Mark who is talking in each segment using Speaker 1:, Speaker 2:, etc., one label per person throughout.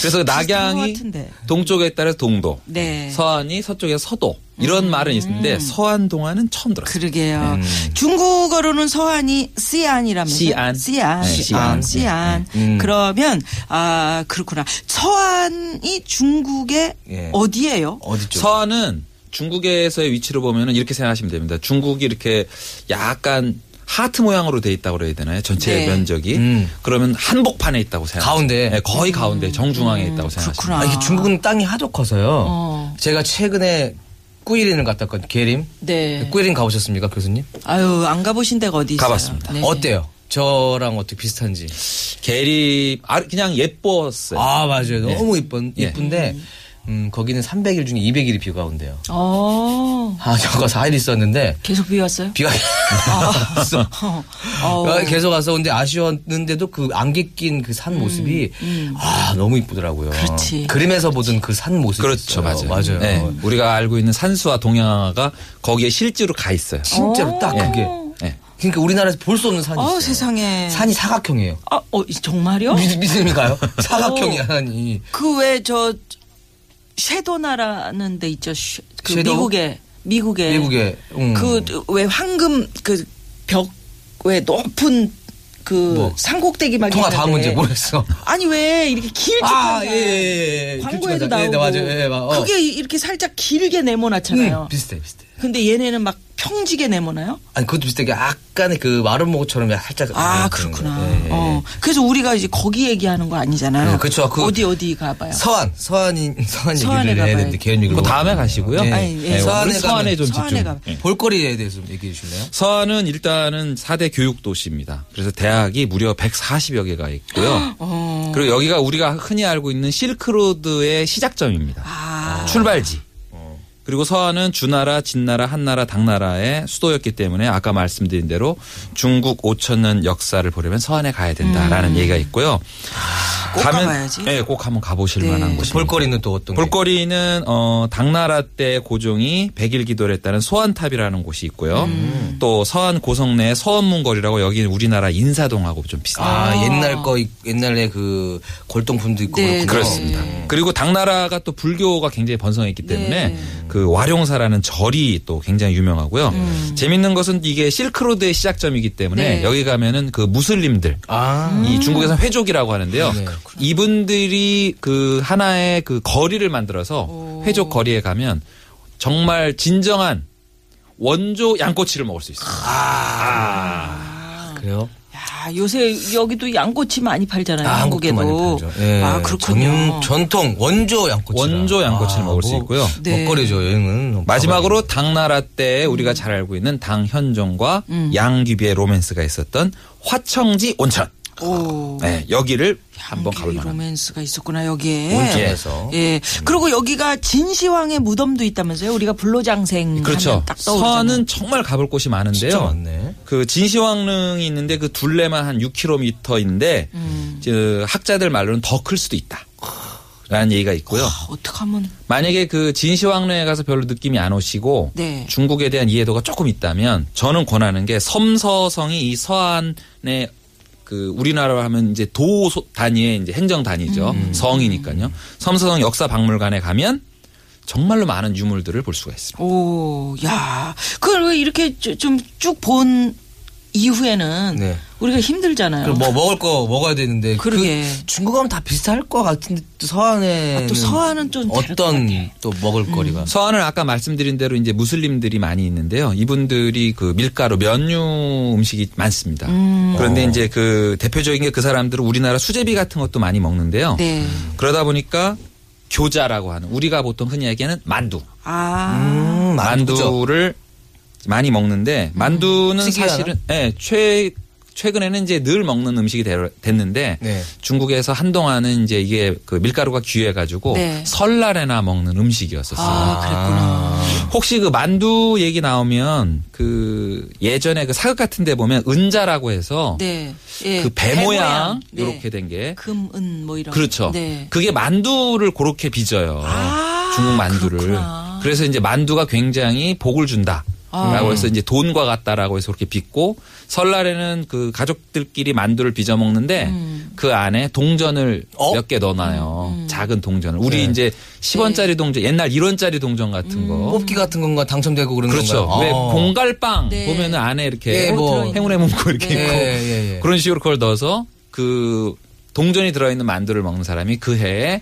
Speaker 1: 그래서
Speaker 2: 것
Speaker 1: 낙양이
Speaker 2: 같은데.
Speaker 1: 동쪽에 따라서 동도,
Speaker 2: 네. 음.
Speaker 1: 서안이 서쪽에 서도 이런 말은 있는데 서안 동안은 처음 들었어요.
Speaker 2: 그러게요. 중국어로는 서안이 씨안이라면서
Speaker 1: 씨안.
Speaker 2: 씨안,
Speaker 1: 네,
Speaker 2: 씨안,
Speaker 1: 씨안.
Speaker 2: 씨안.
Speaker 3: 네. 음.
Speaker 2: 그러면 아 그렇구나. 서안이 중국의
Speaker 3: 예.
Speaker 2: 어디예요?
Speaker 3: 어디 쪽?
Speaker 1: 서안은 중국에서의 위치로 보면은 이렇게 생각하시면 됩니다. 중국이 이렇게 약간 하트 모양으로 돼 있다고 그래야 되나요? 전체
Speaker 2: 네.
Speaker 1: 면적이.
Speaker 3: 음.
Speaker 1: 그러면 한복판에 있다고 생각하세요.
Speaker 3: 가운데.
Speaker 1: 네,
Speaker 2: 음.
Speaker 1: 거의 가운데 정중앙에 있다고 생각하시면
Speaker 2: 그렇구나.
Speaker 3: 아, 이게 중국은 땅이 하도 커서요.
Speaker 2: 어.
Speaker 3: 제가 최근에 꾸이린을 갔다 왔거든요. 계림.
Speaker 2: 네.
Speaker 3: 꾸이린 가보셨습니까, 교수님?
Speaker 2: 아유 안 가보신 데가 어디 있어요?
Speaker 1: 가봤습니다.
Speaker 2: 네.
Speaker 3: 어때요? 저랑 어떻게 비슷한지.
Speaker 1: 게리 아, 그냥 예뻤어요.
Speaker 3: 아, 맞아요.
Speaker 2: 네.
Speaker 1: 예.
Speaker 3: 너무 이쁜,
Speaker 1: 예.
Speaker 3: 이쁜데, 음, 거기는 300일 중에 200일이 비가 온대요.
Speaker 2: 어
Speaker 3: 아, 저거 4일 있었는데,
Speaker 2: 계속 비 왔어요?
Speaker 3: 비가 왔어.
Speaker 2: 어. 어우.
Speaker 3: 아, 계속 와서 근데 아쉬웠는데도 그 안개 낀 그 산 모습이 아 너무 이쁘더라고요.
Speaker 2: 음, 그렇지.
Speaker 3: 그림에서 보던 그 산 모습.
Speaker 1: 그렇죠, 맞아요.
Speaker 3: 맞아요.
Speaker 1: 네, 우리가 알고 있는 산수와 동양화가 거기에 실제로 가 있어요.
Speaker 3: 진짜로 딱
Speaker 1: 예.
Speaker 3: 그게.
Speaker 1: 예.
Speaker 3: 그러니까 우리나라에서 볼 수 없는 산이
Speaker 2: 어
Speaker 3: 있어요.
Speaker 2: 세상에.
Speaker 3: 산이 네. 사각형이에요.
Speaker 2: 아, 어, 이- 정말요?
Speaker 3: 믿, 믿음이 가요?
Speaker 2: 어.
Speaker 3: 사각형이 하니.
Speaker 2: 그 왜 저 쉐도나라는 데 있죠. 쉐- 그
Speaker 3: 섀도우?
Speaker 2: 미국에 미국에
Speaker 3: 미국에, 음.
Speaker 2: 그 왜 황금 그 벽 왜 높은 그
Speaker 3: 뭐?
Speaker 2: 산꼭대기 막
Speaker 3: 통화 다음
Speaker 2: 있는데.
Speaker 3: 문제 모르겠어.
Speaker 2: 아니 왜 이렇게 길쭉한
Speaker 3: 아,
Speaker 2: 산?
Speaker 3: 예, 예, 예.
Speaker 2: 광고에도
Speaker 3: 길쭉한 산.
Speaker 2: 나오고
Speaker 3: 예, 네, 맞아요. 예, 맞- 어.
Speaker 2: 그게 이렇게 살짝 길게 네모나잖아요.
Speaker 3: 음, 비슷해, 비슷해.
Speaker 2: 근데 얘네는 막 평지게 네모나요?
Speaker 3: 아니, 그것도 비슷하게 약간의 그 마름모처럼 살짝.
Speaker 2: 아,
Speaker 3: 그런 거.
Speaker 2: 그렇구나.
Speaker 3: 예, 예, 예.
Speaker 2: 어. 그래서 우리가 이제 거기 얘기하는 거 아니잖아요.
Speaker 3: 네, 그쵸. 그-
Speaker 2: 어디 어디 가봐요.
Speaker 3: 서한, 서한이, 서한
Speaker 2: 서한에
Speaker 3: 얘기를 해야
Speaker 2: 가봐야지.
Speaker 3: 되는데, 개연 얘기를.
Speaker 1: 그 다음에
Speaker 3: 모르겠네요.
Speaker 1: 가시고요.
Speaker 3: 예.
Speaker 2: 아니, 예.
Speaker 1: 예,
Speaker 3: 서한에
Speaker 1: 오늘 서안에
Speaker 3: 가면-
Speaker 1: 좀
Speaker 2: 서안에
Speaker 1: 집중.
Speaker 2: 가면-
Speaker 1: 예.
Speaker 3: 볼거리에 대해서 좀 얘기해 주실래요?
Speaker 1: 서안은 일단은 4대 교육 도시입니다. 그래서 대학이 무려 140여 개가 있고요.
Speaker 3: 어.
Speaker 1: 그리고 여기가 우리가 흔히 알고 있는 실크로드의 시작점입니다.
Speaker 2: 아,
Speaker 1: 출발지. 그리고 서안은 주나라, 진나라, 한나라, 당나라의 수도였기 때문에 아까 말씀드린 대로 중국 5천 년 역사를 보려면 서안에 가야 된다라는 얘기가 있고요.
Speaker 2: 음. 아, 꼭 가봐야지.
Speaker 1: 예, 꼭 한번 가보실
Speaker 2: 네.
Speaker 1: 만한 곳입니다.
Speaker 3: 볼거리는 또 어떤 게?
Speaker 1: 볼거리는 어 당나라 때 고종이 백일 기도를 했다는 소환탑이라는 곳이 있고요.
Speaker 2: 음.
Speaker 1: 또 서안 고성 내 서원문거리라고 여기는 우리나라 인사동하고 좀 비슷해요.
Speaker 3: 아, 옛날 거 있- 옛날에 그 골동품도 있고
Speaker 2: 네,
Speaker 3: 그렇군요.
Speaker 1: 그렇습니다. 그리고 당나라가 또 불교가 굉장히 번성했기 때문에 그 와룡사라는 절이 또 굉장히 유명하고요. 재밌는 것은 이게 실크로드의 시작점이기 때문에
Speaker 2: 네.
Speaker 1: 여기 가면은 그 무슬림들
Speaker 3: 아,
Speaker 1: 이 중국에서는 회족이라고 하는데요. 이분들이 그 하나의 그 거리를 만들어서 회족 거리에 가면 정말 진정한 원조 양꼬치를 먹을 수 있어요.
Speaker 3: 그래요?
Speaker 2: 야, 요새 여기도 양꼬치 많이 팔잖아요.
Speaker 3: 아, 한국도
Speaker 2: 한국에도.
Speaker 3: 많이 팔죠. 예,
Speaker 2: 아, 그렇군요.
Speaker 3: 전용- 전통 원조 양꼬치.
Speaker 1: 원조 양꼬치를 먹을 수 있고요. 음,
Speaker 2: 네.
Speaker 3: 먹거리죠 여행은.
Speaker 1: 마지막으로 당나라 때 우리가 잘 알고 있는 당현종과 양귀비의 로맨스가 있었던 화청지 온천.
Speaker 2: 오.
Speaker 1: 네, 여기를
Speaker 2: 예,
Speaker 1: 한번
Speaker 2: 한국의
Speaker 1: 가볼 만합니다.
Speaker 2: 로맨스가 있었구나 여기에.
Speaker 3: 온천에서. 음.
Speaker 2: 예. 그리고 여기가 진시황의 무덤도 있다면서요. 우리가 불로장생
Speaker 1: 그렇죠.
Speaker 2: 하면 딱 떠오르잖아요.
Speaker 1: 서안은 정말 가볼 곳이 많은데요.
Speaker 3: 진짜 많네.
Speaker 1: 그 진시황릉이 있는데 그 둘레만 한 6km인데
Speaker 2: 음.
Speaker 1: 학자들 말로는 더 클 수도 있다. 라는 얘기가
Speaker 3: 아,
Speaker 1: 있고요.
Speaker 2: 어떻게 하면
Speaker 1: 만약에 그 진시황릉에 가서 별로 느낌이 안 오시고
Speaker 2: 네.
Speaker 1: 중국에 대한 이해도가 조금 있다면 저는 권하는 게 섬서성이 이 서안의 그 우리나라로 하면 이제 도 소- 단위의 이제 행정 단위죠.
Speaker 2: 음.
Speaker 1: 성이니까요. 섬서성 역사 박물관에 가면 정말로 많은 유물들을 볼 수가 있습니다.
Speaker 2: 오, 야. 그걸 왜 이렇게 좀 쭉 본 이후에는
Speaker 3: 네.
Speaker 2: 우리가 힘들잖아요.
Speaker 3: 그뭐 먹을 거 먹어야 되는데 그
Speaker 2: 그러게.
Speaker 3: 중국하면 다 비슷할 것 같은데 또 서안에
Speaker 2: 아, 또 서안은 좀 다를 것
Speaker 3: 어떤 또 먹을거리가
Speaker 1: 서안은 아까 말씀드린 대로 이제 무슬림들이 많이 있는데요. 이분들이 그 밀가루, 면류 음식이 많습니다. 그런데 이제 그 대표적인 게 그 사람들은 우리나라 수제비 같은 것도 많이 먹는데요.
Speaker 2: 네.
Speaker 1: 그러다 보니까 교자라고 하는 우리가 보통 흔히 얘기하는 만두.
Speaker 2: 아.
Speaker 3: 음, 만두죠. 음.
Speaker 1: 만두를 많이 먹는데 만두는
Speaker 3: 특이하나?
Speaker 1: 사실은 예, 최 최근에는 이제 늘 먹는 음식이 되- 됐는데
Speaker 3: 네.
Speaker 1: 중국에서 한동안은 이제 이게 그 밀가루가 귀해 가지고
Speaker 2: 네.
Speaker 1: 설날에나 먹는 음식이었었어요.
Speaker 2: 아, 그랬구나.
Speaker 1: 혹시 그 만두 얘기 나오면 그 예전에 그 사극 같은 데 보면 은자라고 해서
Speaker 2: 네. 예.
Speaker 1: 그 배 모양
Speaker 2: 네.
Speaker 1: 요렇게 된 게
Speaker 2: 금, 은, 뭐 이런.
Speaker 1: 그렇죠.
Speaker 2: 네. 아,
Speaker 1: 그게 만두를 그렇게 빚어요. 중국 만두를.
Speaker 2: 그렇구나.
Speaker 1: 래서 이제 만두가 굉장히 복을 준다.
Speaker 2: 아.
Speaker 1: 라고 해서 이제 돈과 같다라고 해서 그렇게 빚고 설날에는 그 가족들끼리 만두를 빚어 먹는데
Speaker 2: 음.
Speaker 1: 그 안에 동전을
Speaker 3: 어?
Speaker 1: 몇 개 넣어놔요. 작은 동전을.
Speaker 2: 네.
Speaker 1: 우리 이제 10원짜리 동전, 옛날 1원짜리 동전 같은
Speaker 2: 음.
Speaker 1: 거.
Speaker 3: 뽑기 같은 건가 당첨되고 그런
Speaker 1: 그렇죠.
Speaker 3: 건가요?
Speaker 1: 왜
Speaker 3: 아.
Speaker 1: 봉갈빵
Speaker 2: 네.
Speaker 1: 보면은 안에 이렇게 어,
Speaker 3: 예, 뭐.
Speaker 1: 행운의 문구 이렇게
Speaker 3: 예,
Speaker 1: 있고
Speaker 3: 예, 예.
Speaker 1: 그런 식으로 그걸 넣어서 그 동전이 들어있는 만두를 먹는 사람이 그 해에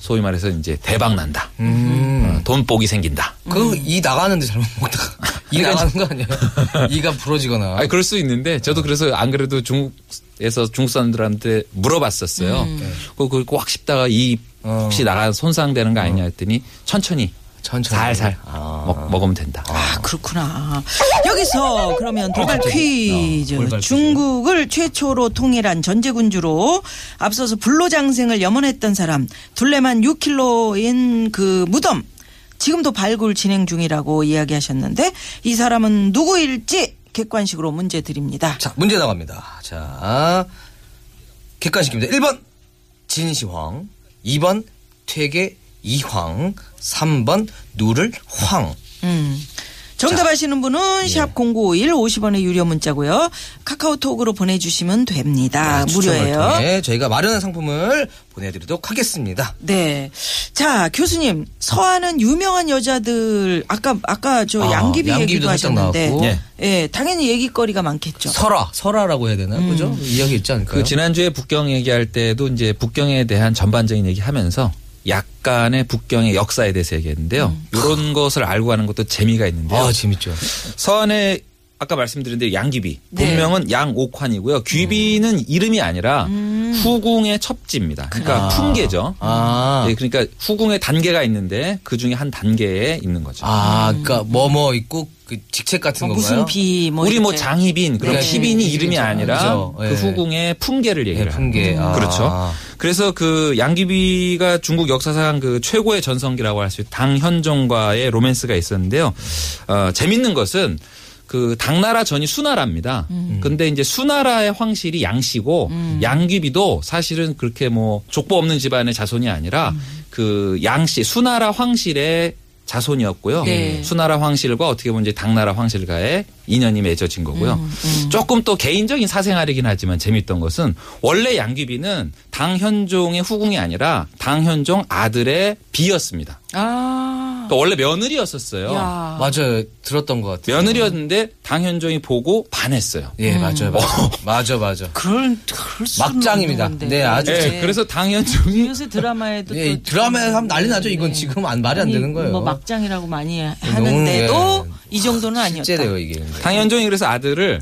Speaker 1: 소위 말해서 이제 대박 난다.
Speaker 3: 음.
Speaker 1: 어, 돈복이 생긴다.
Speaker 3: 그 이 나가는데 잘못 먹다가 이 나가는 거 아니에요? 이가 부러지거나.
Speaker 1: 아, 그럴 수 있는데 저도 그래서 안 그래도 중국에서 중국 사람들한테
Speaker 3: 음. 네.
Speaker 1: 물어봤었어요. 그거 그거 꽉 씹다가 이 혹시 나가 손상되는 거 아니냐 했더니 천천히
Speaker 3: 어. 천천히.
Speaker 1: 살살
Speaker 3: 아.
Speaker 1: 먹, 먹으면 된다.
Speaker 2: 아, 그렇구나. 여기서 그러면
Speaker 1: 어,
Speaker 2: 돌발 퀴즈.
Speaker 3: 돌발 퀴즈.
Speaker 2: 중국을 최초로 통일한 전제군주로 앞서서 불로장생을 염원했던 사람 둘레만 6km인 그 무덤 지금도 발굴 진행 중이라고 이야기하셨는데 이 사람은 누구일지 객관식으로 문제 드립니다.
Speaker 3: 자, 문제 나갑니다. 자, 객관식입니다. 1번, 진시황. 2번, 퇴계 이황. 3번, 누를 황.
Speaker 2: 음. 정답 아시는
Speaker 3: 예.
Speaker 2: 분은 샵 0951 50원의 유료 문자고요. 카카오톡으로 보내주시면 됩니다.
Speaker 3: 네, 추첨을
Speaker 2: 아, 무료예요.
Speaker 3: 통해 저희가 마련한 상품을 보내드리도록 하겠습니다.
Speaker 2: 네. 자, 교수님, 서하는 유명한 여자들, 아까, 아까 저
Speaker 3: 아,
Speaker 2: 양귀비
Speaker 3: 양귀비도
Speaker 2: 얘기도
Speaker 3: 살짝
Speaker 2: 하셨는데,
Speaker 3: 나왔고.
Speaker 2: 예. 당연히 얘기거리가 많겠죠.
Speaker 3: 설화, 설화라고 해야 되나?
Speaker 2: 음.
Speaker 3: 그죠? 이야기 있지 않을까요?
Speaker 1: 그 지난주에 북경 얘기할 때도 이제 북경에 대한 전반적인 얘기하면서 약간의 북경의 역사에 대해서 얘기했는데요. 이런 것을 알고 가는 것도 재미가 있는데요.
Speaker 3: 음. 아, 재밌죠.
Speaker 1: 서안의 아까 말씀드린 대로 양귀비
Speaker 2: 네.
Speaker 1: 본명은 양옥환이고요. 귀비는
Speaker 3: 음.
Speaker 1: 이름이 아니라 후궁의 첩지입니다. 그러니까
Speaker 3: 아.
Speaker 1: 풍계죠.
Speaker 3: 아.
Speaker 2: 예.
Speaker 1: 네, 그러니까 후궁의 단계가 있는데 그 중에 한 단계에 있는 거죠.
Speaker 3: 아, 그니까, 뭐, 뭐 있고, 그 직책 같은
Speaker 2: 뭐
Speaker 3: 건가요?
Speaker 2: 무슨 비, 뭐.
Speaker 1: 우리 뭐
Speaker 2: 이렇게.
Speaker 1: 장희빈 그런
Speaker 3: 네.
Speaker 1: 희빈이 이름이
Speaker 3: 그죠.
Speaker 1: 아니라
Speaker 3: 그죠.
Speaker 1: 그
Speaker 3: 예.
Speaker 1: 후궁의 풍계를 얘기를
Speaker 3: 예,
Speaker 1: 하는
Speaker 2: 음.
Speaker 3: 풍계. 아.
Speaker 1: 그렇죠. 그래서 그 양귀비가 중국 역사상 그 최고의 전성기라고 할 수 있는 당현종과의 로맨스가 있었는데요. 어, 재밌는 것은 그 당나라 전이 수나라입니다. 근데 이제 수나라의 황실이 양씨고 양귀비도 사실은 그렇게 뭐 족보 없는 집안의 자손이 아니라 그 양씨 수나라 황실의 자손이었고요.
Speaker 2: 네.
Speaker 1: 수나라 황실과 어떻게 보면 이제 당나라 황실과의 인연이 맺어진 거고요. 조금 또 개인적인 사생활이긴 하지만 재밌던 것은 원래 양귀비는 당현종의 후궁이 아니라 당현종 아들의 비였습니다.
Speaker 2: 아.
Speaker 1: 그러니까 원래 며느리였었어요.
Speaker 2: 야.
Speaker 3: 맞아요. 들었던 것 같아요.
Speaker 1: 며느리였는데 당현종이 보고 반했어요.
Speaker 3: 예, 맞아요. 맞아요. 맞아, 맞아.
Speaker 2: 그럴, 그럴 수
Speaker 3: 막장입니다. 네, 아주
Speaker 1: 예, 그래서 당현종이
Speaker 2: 요새 드라마에도.
Speaker 3: 예,
Speaker 2: 또- 음, 네.
Speaker 3: 드라마에 하면 난리 나죠. 이건 지금 안 말이 안
Speaker 2: 아니,
Speaker 3: 되는 거예요.
Speaker 2: 뭐 막장이라고 많이 하는데도
Speaker 3: 너무,
Speaker 2: 이 정도는 아니었다. 음.
Speaker 3: 실제래요 이게. 근데.
Speaker 1: 당현종이 그래서 아들을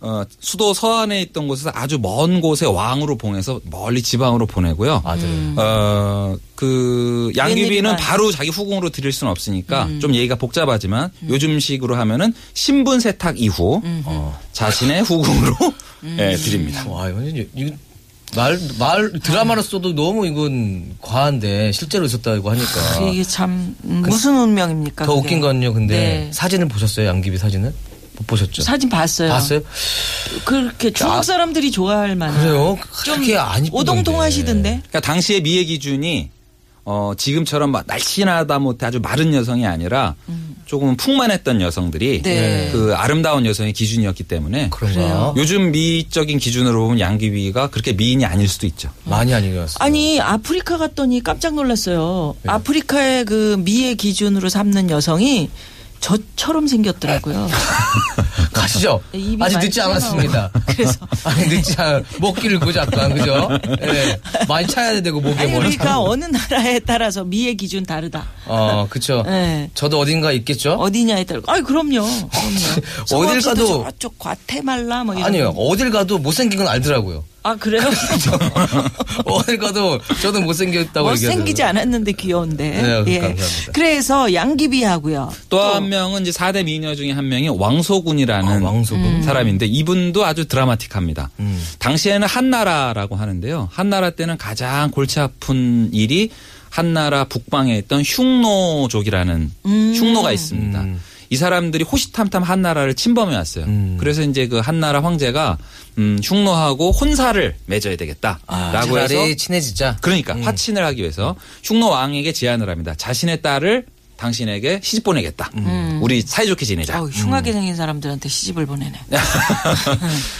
Speaker 1: 어, 수도 서안에 있던 곳에서 아주 먼 곳에 왕으로 봉해서 멀리 지방으로 보내고요.
Speaker 3: 아들.
Speaker 2: 음.
Speaker 1: 어, 그
Speaker 2: 웬일인가요?
Speaker 1: 양귀비는 바로 자기 후궁으로 드릴 수는 없으니까
Speaker 2: 음.
Speaker 1: 좀 얘기가 복잡하지만 요즘식으로 하면은 신분 세탁 이후
Speaker 2: 음.
Speaker 1: 어, 자신의 후궁으로 예, 드립니다.
Speaker 3: 와 이건 이제 이거 말, 말 드라마로 써도 너무 이건 과한데 실제로 있었다고 하니까
Speaker 2: 아, 이게 참, 음, 무슨 운명입니까?
Speaker 3: 아. 그 더
Speaker 2: 그게?
Speaker 3: 웃긴 건요. 근데
Speaker 2: 네.
Speaker 3: 사진을 보셨어요? 양귀비 사진을 못 보셨죠?
Speaker 2: 사진 봤어요.
Speaker 3: 봤어요?
Speaker 2: 그렇게 중국 사람들이 좋아할 만한.
Speaker 3: 그래요? 그렇게 안 이쁜데.
Speaker 2: 오동통하시던데.
Speaker 1: 그러니까 당시의 미의 기준이 어, 지금처럼 막 날씬하다 못해 아주 마른 여성이 아니라 조금 풍만했던 여성들이
Speaker 2: 음. 네.
Speaker 1: 그 아름다운 여성의 기준이었기 때문에
Speaker 3: 그런가?
Speaker 1: 요즘 미적인 기준으로 보면 양귀비가 그렇게 미인이 아닐 수도 있죠.
Speaker 3: 많이 안 읽었어요.
Speaker 2: 아니 아프리카 갔더니 깜짝 놀랐어요.
Speaker 3: 네.
Speaker 2: 아프리카의 그 미의 기준으로 삼는 여성이 저처럼 생겼더라고요.
Speaker 3: 가시죠.
Speaker 2: 입이
Speaker 3: 아직
Speaker 2: 많이
Speaker 3: 늦지 않았습니다.
Speaker 2: 그래서
Speaker 3: 아니 늦지 않 먹기를 고자 약간 그죠? 예. 많이 차야 되고 목에
Speaker 2: 아니
Speaker 3: 머리.
Speaker 2: 그러니까 어느 나라에 따라서 미의 기준 다르다.
Speaker 3: 어 그쵸.
Speaker 2: 예.
Speaker 3: 저도 어딘가 있겠죠.
Speaker 2: 어디냐에 따라. 아이 그럼요. 그럼요.
Speaker 3: 어딜
Speaker 2: 서아시아도
Speaker 3: 가도-
Speaker 2: 저쪽 과테말라 뭐 이런.
Speaker 3: 아니요 어딜 가도 못생긴 건 알더라고요.
Speaker 2: 아 그래요?
Speaker 3: 어딜 가도 저도 못생겼다고 얘기하더라고요.
Speaker 2: 뭐 못생기지 않았는데 귀여운데. 예.
Speaker 3: 네, 감사합니다.
Speaker 2: 그래서 양귀비하고요.
Speaker 1: 또 한 명은 이제 4대 미녀 중에 한 명이 왕소군이라는 음.
Speaker 3: 아, 왕소군.
Speaker 1: 사람인데 이분도 아주 드라마틱합니다.
Speaker 3: 음.
Speaker 1: 당시에는 한나라라고 하는데요. 한나라 때는 가장 골치 아픈 일이 한나라 북방에 있던 흉노족이라는 흉노가 있습니다.
Speaker 3: 음.
Speaker 1: 이 사람들이 호시탐탐 한나라를 침범해 왔어요.
Speaker 3: 음.
Speaker 1: 그래서 이제 그 한나라 황제가 음, 흉노하고 혼사를 맺어야 되겠다라고
Speaker 3: 차라리
Speaker 1: 해서
Speaker 3: 아, 친해지자.
Speaker 1: 그러니까 화친을 하기 위해서 흉노 왕에게 제안을 합니다. 자신의 딸을 당신에게 시집 보내겠다.
Speaker 3: 음.
Speaker 1: 우리 사이좋게 지내자.
Speaker 2: 음. 어우, 흉하게 생긴 사람들한테 시집을 보내네.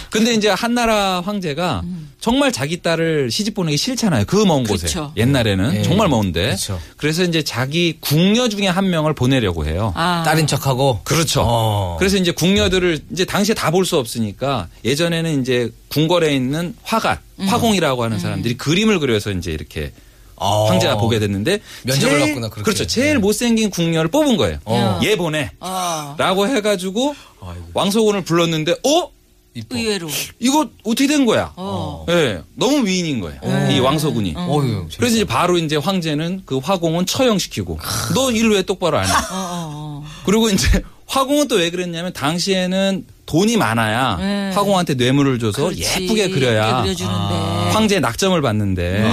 Speaker 1: 근데 이제 한나라 황제가 정말 자기 딸을 시집 보내기 싫잖아요. 그 먼 곳에.
Speaker 2: 음. 그쵸.
Speaker 1: 옛날에는
Speaker 3: 예.
Speaker 1: 정말 먼데.
Speaker 3: 그쵸.
Speaker 1: 그래서 이제 자기 궁녀 중에 한 명을 보내려고 해요.
Speaker 2: 아.
Speaker 3: 딸인 척하고.
Speaker 1: 그렇죠.
Speaker 3: 어.
Speaker 1: 그래서 이제 궁녀들을 이제 당시에 다 볼 수 없으니까 예전에는 이제 궁궐에 있는 화가,
Speaker 2: 음.
Speaker 1: 화공이라고 하는 사람들이 그림을 그려서 이제 이렇게
Speaker 3: 어.
Speaker 1: 황제가 보게 됐는데
Speaker 3: 면접을
Speaker 1: 제일-
Speaker 3: 봤구나, 그렇게. 네.
Speaker 1: 그렇죠. 제일 못생긴 궁녀를 뽑은 거예요.
Speaker 3: 어.
Speaker 2: 아,
Speaker 1: 얘 보내라고 해가지고
Speaker 3: 아이고.
Speaker 1: 왕소군을 불렀는데 어
Speaker 3: 입법.
Speaker 2: 의외로.
Speaker 1: 이거 어떻게 된 거야?
Speaker 2: 어.
Speaker 1: 예, 너무 위인인 거예요. 이 왕서군이.
Speaker 3: 어휴, 재밌다.
Speaker 1: 그래서 이제 바로 이제 황제는 그 화공은 처형시키고 너 일 왜 똑바로 안 해?
Speaker 2: 어, 어, 어.
Speaker 1: 그리고 이제 화공은 또 왜 그랬냐면 당시에는 돈이 많아야
Speaker 2: 네.
Speaker 1: 화공한테 뇌물을 줘서
Speaker 2: 그렇지.
Speaker 1: 예쁘게 그려야
Speaker 2: 예쁘게 그려주는데.
Speaker 3: 아.
Speaker 1: 황제의 낙점을 받는데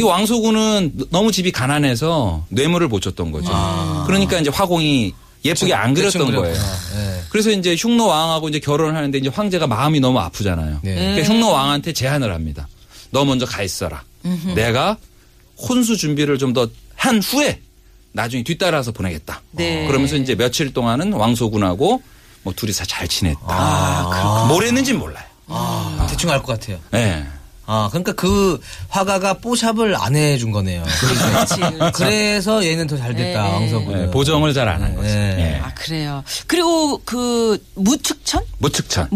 Speaker 1: 이 왕소군은 너무 집이 가난해서 뇌물을 못 줬던 거죠. 그러니까 이제 화공이 예쁘게 안
Speaker 3: 대충
Speaker 1: 그렸던 거예요.
Speaker 3: 그렸구나. 예.
Speaker 1: 그래서 이제 흉노 왕하고 이제 결혼을 하는데 이제 황제가 마음이 너무 아프잖아요.
Speaker 3: 네.
Speaker 1: 그러니까 흉노 왕한테 제안을 합니다. 너 먼저 가 있어라. 내가 혼수 준비를 좀 더 한 후에 나중에 뒤따라서 보내겠다.
Speaker 2: 네.
Speaker 1: 그러면서 이제 며칠 동안은 왕소군하고 뭐 둘이서 잘 지냈다. 뭘 했는지 몰라요.
Speaker 3: 아, 대충 알 것 같아요.
Speaker 1: 예.
Speaker 3: 아, 그러니까 그 화가가 뽀샵을 안 해준 거네요.
Speaker 2: 그렇지, 그렇지.
Speaker 3: 그래서 얘는 더 잘 됐다,
Speaker 2: 그렇죠. 네.
Speaker 3: 왕서구는.
Speaker 1: 예, 보정을 잘 안 한 거죠.
Speaker 3: 음. 네.
Speaker 1: 예.
Speaker 2: 아, 그래요. 그리고 그 무축천?
Speaker 1: 무측천.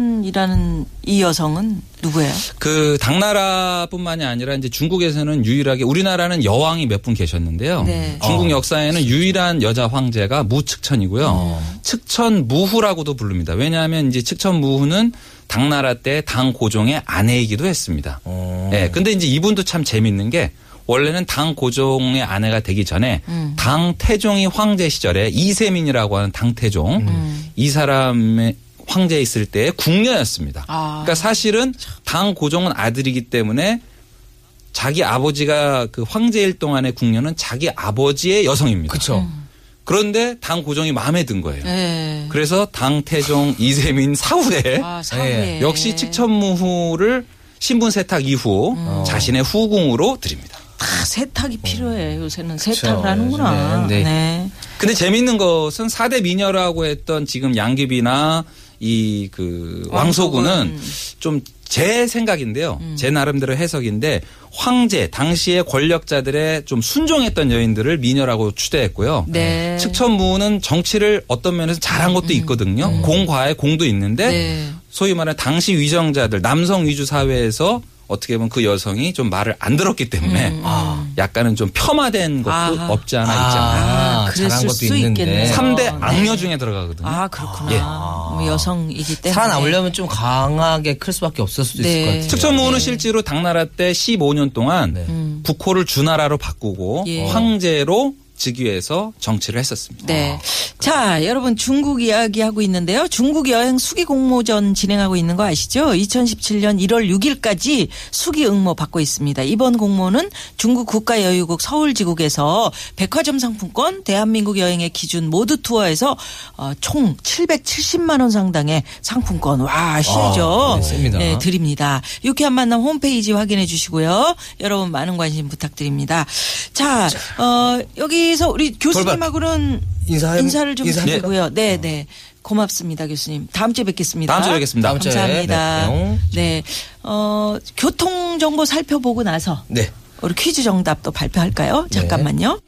Speaker 2: 무축천이라는 이 여성은 누구예요?
Speaker 1: 그 당나라뿐만이 아니라 이제 중국에서는 유일하게 우리나라는 여왕이 몇 분 계셨는데요.
Speaker 2: 네.
Speaker 1: 중국 역사에는 유일한 여자 황제가 무측천이고요. 측천 무후라고도 부릅니다. 왜냐하면 이제 측천 무후는 당나라 때 당 고종의 아내이기도 했습니다.
Speaker 3: 어.
Speaker 1: 예. 근데 이제 이분도 참 재밌는 게 원래는 당 고종의 아내가 되기 전에 당 태종이 황제 시절에 이세민이라고 하는 당 태종 이 사람의 황제 있을 때의 궁녀였습니다.
Speaker 2: 아.
Speaker 1: 그러니까 사실은 당 고종은 아들이기 때문에 자기 아버지가 그 황제일 동안의 궁녀는 자기 아버지의 여성입니다.
Speaker 3: 그쵸.
Speaker 2: 음,
Speaker 1: 그런데 당 고종이 마음에 든 거예요.
Speaker 2: 예.
Speaker 1: 그래서 당 태종 이세민 사후에
Speaker 2: 아,
Speaker 3: 예.
Speaker 2: 사후에.
Speaker 1: 역시 측천무후를 신분 세탁 이후 자신의 후궁으로 드립니다.
Speaker 2: 다 세탁이 필요해. 요새는
Speaker 3: 어. 그쵸,
Speaker 2: 세탁을 하는구나.
Speaker 3: 요즘엔, 네.
Speaker 2: 네.
Speaker 1: 근데 재밌는 것은 4대 미녀라고 했던 지금 양귀비나 이 그 왕소군은
Speaker 2: 왕소군.
Speaker 1: 좀 제 생각인데요. 제 나름대로 해석인데 황제 당시의 권력자들의 좀 순종했던 여인들을 미녀라고 추대했고요.
Speaker 2: 네. 음.
Speaker 1: 측천무는 정치를 어떤 면에서 잘한 것도 있거든요. 공과의 공도 있는데
Speaker 2: 네.
Speaker 1: 소위 말하는 당시 위정자들 남성 위주 사회에서 어떻게 보면 그 여성이 좀 말을 안 들었기 때문에 약간은 좀 폄하된
Speaker 2: 음.
Speaker 1: 것도
Speaker 2: 아하.
Speaker 1: 없지 않아 있잖아요.
Speaker 3: 아,
Speaker 2: 그랬을
Speaker 3: 잘한 것도
Speaker 2: 수
Speaker 3: 있는데. 예.
Speaker 2: 있겠네요.
Speaker 3: 삼-
Speaker 1: 삼 대
Speaker 2: 네.
Speaker 1: 악녀 중에 들어가거든요.
Speaker 2: 아, 그렇구나. 뭐 여성이기 때문에.
Speaker 3: 살아남으려면 좀 강하게 클 수밖에 없을 수도
Speaker 2: 네. 음.
Speaker 3: 있을 것 같아요.
Speaker 1: 특천무는 실제로 당나라 때 15년 동안
Speaker 3: 네.
Speaker 1: 국호를 주나라로 바꾸고
Speaker 2: 예.
Speaker 1: 황제로 즉위해서 정치를 했었습니다.
Speaker 3: 아,
Speaker 2: 네. 자, 여러분 중국 이야기하고 있는데요. 중국 여행 수기 공모전 진행하고 있는 거 아시죠? 2017년 1월 6일까지 수기 응모 받고 있습니다. 이번 공모는 중국 국가여유국 서울지국에서 백화점 상품권, 대한민국 여행의 기준 모두 투어에서 어, 총 770만 원 상당의 상품권 와, 실죠.
Speaker 3: 네, 셉니다.
Speaker 2: 네, 드립니다. 유쾌한 만남 홈페이지 확인해 주시고요. 여러분 많은 관심 부탁드립니다. 자, 어, 여기서 우리 교수님하고는
Speaker 3: 인사해-
Speaker 2: 인사를 좀
Speaker 3: 인사해-
Speaker 2: 드리고요. 네, 네. 고맙습니다, 교수님. 다음 주에 뵙겠습니다.
Speaker 1: 다음 주에 뵙겠습니다.
Speaker 3: 다음 주에
Speaker 2: 감사합니다.
Speaker 3: 뵙게요.
Speaker 2: 네. 어, 교통 정보 살펴보고 나서
Speaker 3: 네.
Speaker 2: 우리 퀴즈 정답도 발표할까요? 잠깐만요.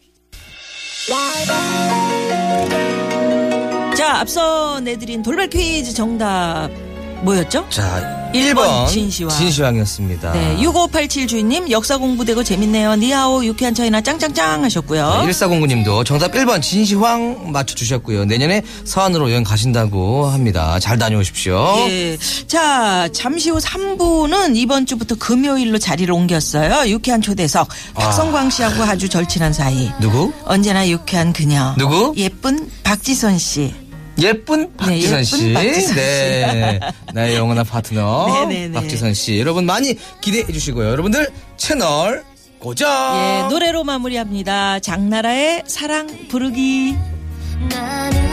Speaker 2: 자, 앞서 내드린 돌발 퀴즈 정답 뭐였죠?
Speaker 3: 자, 1번
Speaker 2: 일번 진시황.
Speaker 3: 진시황이었습니다.
Speaker 2: 네, 6587 주인님 역사공부되고 재밌네요. 니하오 유쾌한 차이나 짱짱짱
Speaker 3: 아,
Speaker 2: 하셨고요.
Speaker 3: 1409님도 네, 정답 1번 진시황 맞춰주셨고요. 내년에 서안으로 여행 가신다고 합니다. 잘 다녀오십시오.
Speaker 2: 예. 자, 잠시 후 3부는 이번 주부터 금요일로 자리를 옮겼어요. 유쾌한 초대석. 박성광 씨하고 아주 절친한 사이.
Speaker 3: 아. 누구?
Speaker 2: 언제나 유쾌한 그녀.
Speaker 3: 누구?
Speaker 2: 예쁜 박지선 씨.
Speaker 3: 예쁜 박지선
Speaker 2: 네, 예쁜
Speaker 3: 씨.
Speaker 2: 박지선
Speaker 3: 네. 나의 영원한 파트너.
Speaker 2: 네네네.
Speaker 3: 박지선 씨. 여러분 많이 기대해 주시고요. 여러분들 채널 고정.
Speaker 2: 예, 노래로 마무리합니다. 장나라의 사랑 부르기.
Speaker 4: 나는